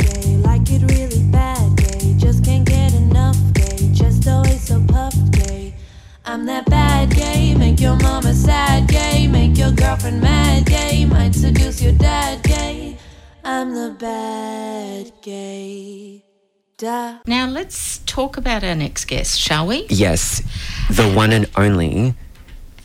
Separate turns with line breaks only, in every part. gay, like it really bad gay. Just can't get enough gay, just always so puffed gay. I'm that bad gay, make your mama sad gay, make your girlfriend mad gay, might seduce your dad gay. I'm the bad gay. Da.
Now let's talk about our next guest, shall we?
Yes, the one and only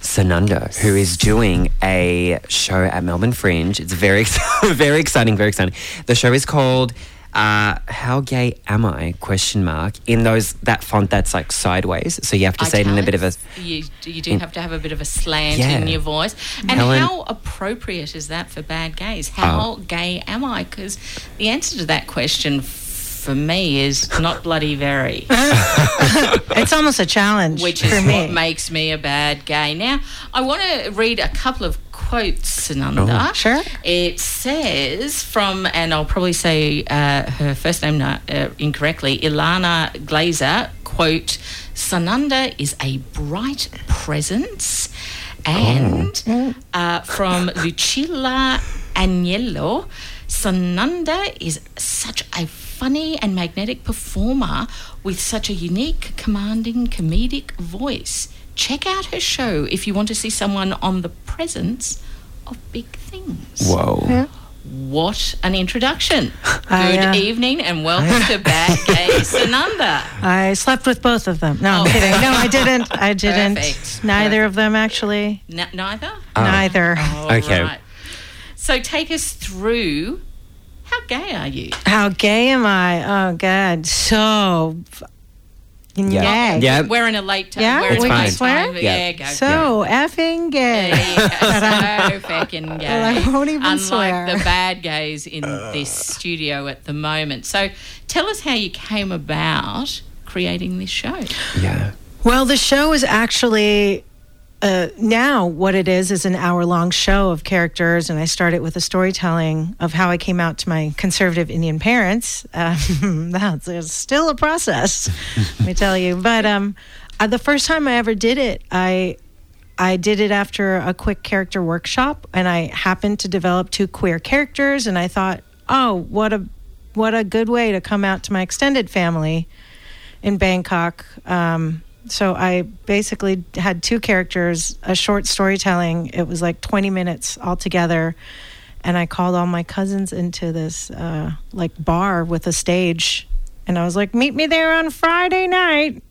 Sananda, who is doing a show at Melbourne Fringe. It's very, ex- very exciting, very exciting. The show is called uh, "How Gay Am I?" question mark in those that font that's like sideways, so you have to say it in a bit of a.
Italics. You, you do have to have a bit of a slant
Yeah.
in your voice. And
Helen- Oh.
how appropriate is that for bad gays? How gay am I? Because the answer to that question f- for me is not bloody very,
It's almost a challenge
which
for
is
me.
what makes me a bad gay. Now, I want to read a couple of quotes, Sananda.
Oh, Sure.
It says from, and I'll probably say uh, her first name not, uh, incorrectly, Ilana Glazer, quote, Sananda is a bright presence. And uh, from Lucilla Agnello, Sananda is such a funny and magnetic performer with such a unique, commanding, comedic voice. Check out her show if you want to see someone on the presence of big things.
Whoa!
What an introduction. Good
I, uh,
evening and welcome to Bad Gay Sananda.
I slept with both of them. No,
Oh.
I'm kidding. No, I didn't. I didn't.
Perfect. Oh.
Neither of them, actually.
N- neither?
Neither.
All
Okay.
right. So take us through how gay are you?
How gay am I? Oh, God. So.
Yeah.
Yay.
Yeah.
We're in a late time.
Yeah,
We're in
we
a
can
late
swear?
time.
Um, Yeah.
Yeah, go.
So effing gay.
Yeah, so fucking gay.
Well, I won't even
Unlike
swear.
the bad gays in
Uh.
this studio at the moment. So tell us how you came about creating this show.
Yeah.
Well, the show is actually uh, now what it is is an hour long show of characters, and I started with a storytelling of how I came out to my conservative Indian parents. Um, that's it's still a process, let me tell you. But um, uh, the first time I ever did it, I I did it after a quick character workshop, and I happened to develop two queer characters, and I thought, oh, what a what a good way to come out to my extended family in Bangkok. Um, so I basically had two characters, a short storytelling. It was like 20 minutes altogether. And I called all my cousins into this uh, like bar with a stage. And I was like, meet me there on Friday night.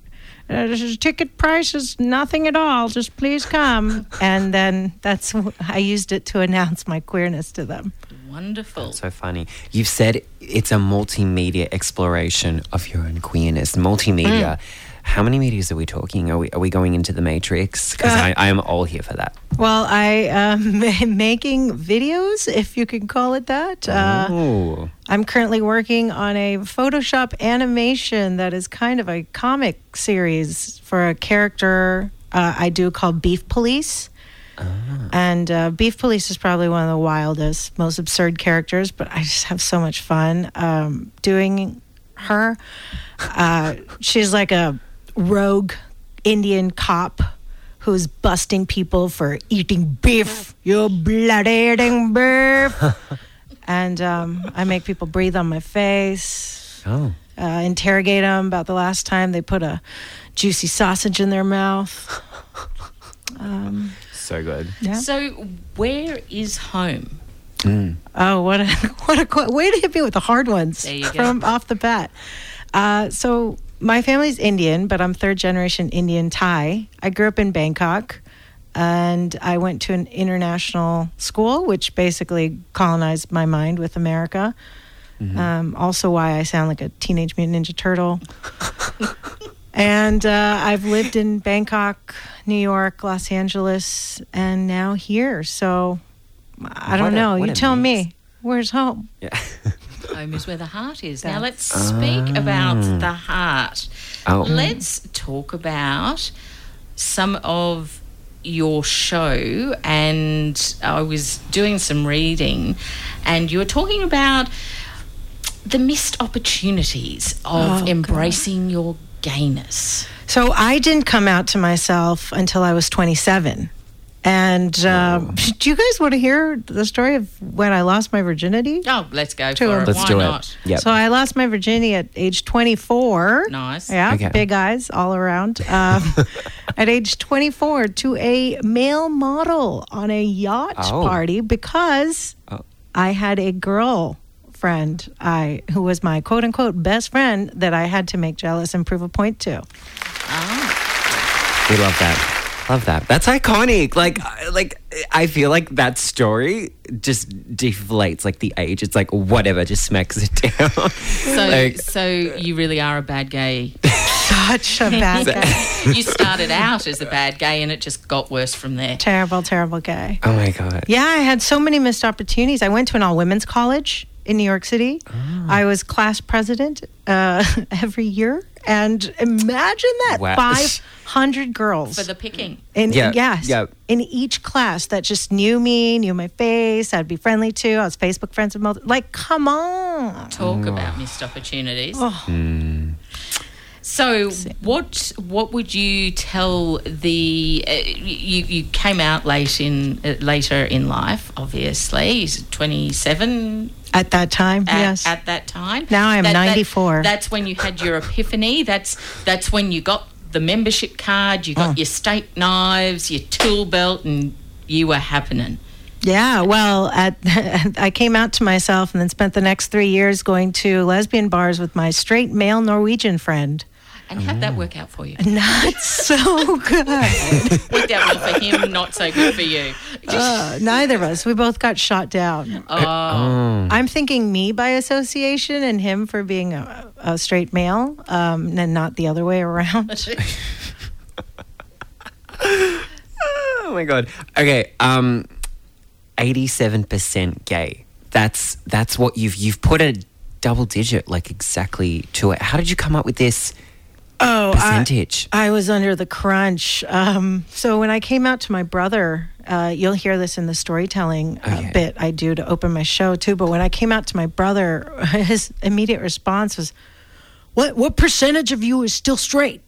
Uh, this is- ticket price is nothing at all. Just please come. and then that's, wh- I used it to announce my queerness to them.
Wonderful.
So funny. You've said it's a multimedia exploration of your own queerness. Multimedia. How many medias are we talking? Are we are we going into the matrix? Because I, I am all here for that.
Well, I am making videos, if you can call it that. Uh,
oh.
I'm currently working on a Photoshop animation that is kind of a comic series for a character uh, I do called Beef Police. And uh, Beef Police is probably one of the wildest, most absurd characters, but I just have so much fun um, doing her. Uh, she's like a rogue Indian cop who's busting people for eating beef. You bloody eating beef. and um, I make people breathe on my face,
Oh.
uh, interrogate them about the last time they put a juicy sausage in their mouth.
So good.
Yeah.
So where is home?
Oh, what a what a qu- way to hit me with the hard ones
There you go.
from off the bat. Uh, so my family's Indian, but I'm third generation Indian Thai. I grew up in Bangkok, and I went to an international school, which basically colonized my mind with America. Um, also, why I sound like a teenage mutant ninja turtle. and uh, I've lived in Bangkok, New York, Los Angeles, and now here. So I
What
don't
a-
know.
what
you
a
tell
mix.
me. Where's home?
Home is where the heart is. Now let's speak about the heart.
Ah. Oh.
Let's talk about some of your show, and I was doing some reading, and you were talking about the missed opportunities
Oh,
of embracing your gayness.
So I didn't come out to myself until I was 27. And
Oh.
um, do you guys want to hear the story of when I lost my virginity?
Oh, let's go
Two
for
of
it.
them.
Let's
Why
do
not?
it. Yep.
So I lost my virginity at age 24.
Nice.
Yeah,
Okay.
big eyes all around. Um, at age 24, to a male model on a yacht
Oh.
party because I had a girl friend I who was my quote unquote best friend that I had to make jealous and prove a point to.
We love that. Love that. That's iconic. Like, I- like I feel like that story just deflates like the age. It's like whatever, just smacks it down.
So,
like,
so you really are a bad gay.
Such a bad guy.
you started out as a bad gay, and it just got worse from there.
terrible, terrible guy.
oh my god.
Yeah, I had so many missed opportunities. I went to an all women's college in New York City.
Ah.
I was class president uh, every year. And imagine that
Wow.
500 girls.
For the picking.
in,
Yeah,
Yes.
yeah.
In each class that just knew me, knew my face, I'd be friendly to. I was Facebook friends with multi- Like, come on.
Talk about missed opportunities.
Oh.
So, what what would you tell the uh, you you came out late in uh, later in life? Obviously, twenty seven
At that time,
at,
yes.
at that time.
Now I'm
That- that-
94.
that's when you had your epiphany. That's that's when you got the membership card. You
Oh.
got your steak knives, your tool belt, and you were happening.
Yeah, well, at, I came out to myself and then spent the next three years going to lesbian bars with my straight male Norwegian friend.
And how'd that work out for you?
Not so good.
Worked out well for him, not so good for you.
Uh, neither of us. We both got shot down. I'm thinking me by association and him for being a, a straight male um, and not the other way around.
Oh my god. Okay. Um, eighty-seven percent gay. That's that's what you've you've put a double digit like exactly to it. How did you come up with this
Oh,
percentage?
I was under the crunch. Um, so when I came out to my brother, uh, you'll hear this in the storytelling uh,
Okay.
bit I do to open my show too. But when I came out to my brother, his immediate response was, "What what percentage of you is still straight?"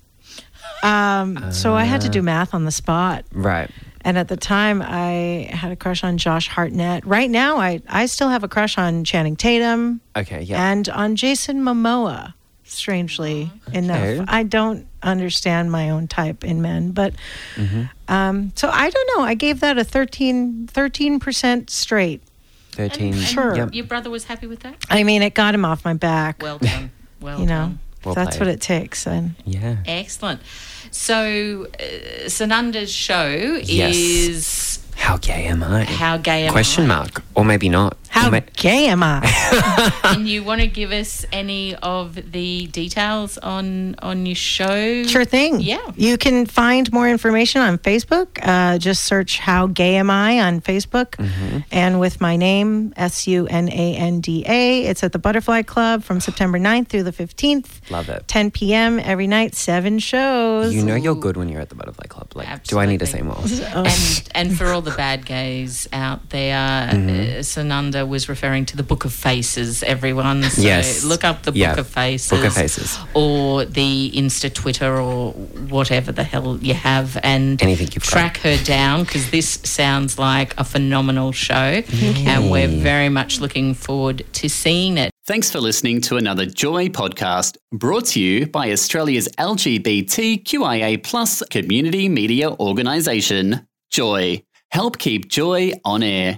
Um, so I had to do math on the spot.
right.
And at the time, I had a crush on Josh Hartnett. Right now, I, I still have a crush on Channing Tatum
Okay. Yeah.
and on Jason Momoa. Strangely
Okay.
enough, I don't understand my own type in men, but
Mm-hmm.
um, so I don't know. I gave that a 13 percent straight.
Thirteen.
And
Sure.
Yep.
Your brother was happy with that?
I mean, it got him off my back.
Well done. Well
you know,
done.
Well
that's
played.
what it takes. And
Yeah.
Excellent. So, uh, Sananda's show
Yes.
is
How gay am I?
How Gay Am
Question
I?
mark, or maybe not.
how
Or may-
gay am I?
and you want to give us any of the details on on your show?
sure thing.
Yeah.
You can find more information on Facebook. Uh, just search "How Gay Am I" on Facebook,
Mm-hmm.
and with my name S U N A N D A. It's at the Butterfly Club from September 9th through the 15th.
Love it.
10 p.m. every night, seven shows.
You know you're good when you're at the Butterfly Club. Like, do I need to say more? Oh.
And and for all the bad gays out there,
Mm-hmm.
uh, Sananda was referring to the Book of Faces. Everyone, so
Yes.
look up the Book
Yeah.
of Faces,
Book of Faces.
or the Insta, Twitter, or whatever the hell you have, and
Anything you've got.
track her down because this sounds like a phenomenal show, and we're very much looking forward to seeing it.
Thanks for listening to another Joy podcast brought to you by Australia's LGBTQIA plus community media organisation, Joy. Help keep Joy on air.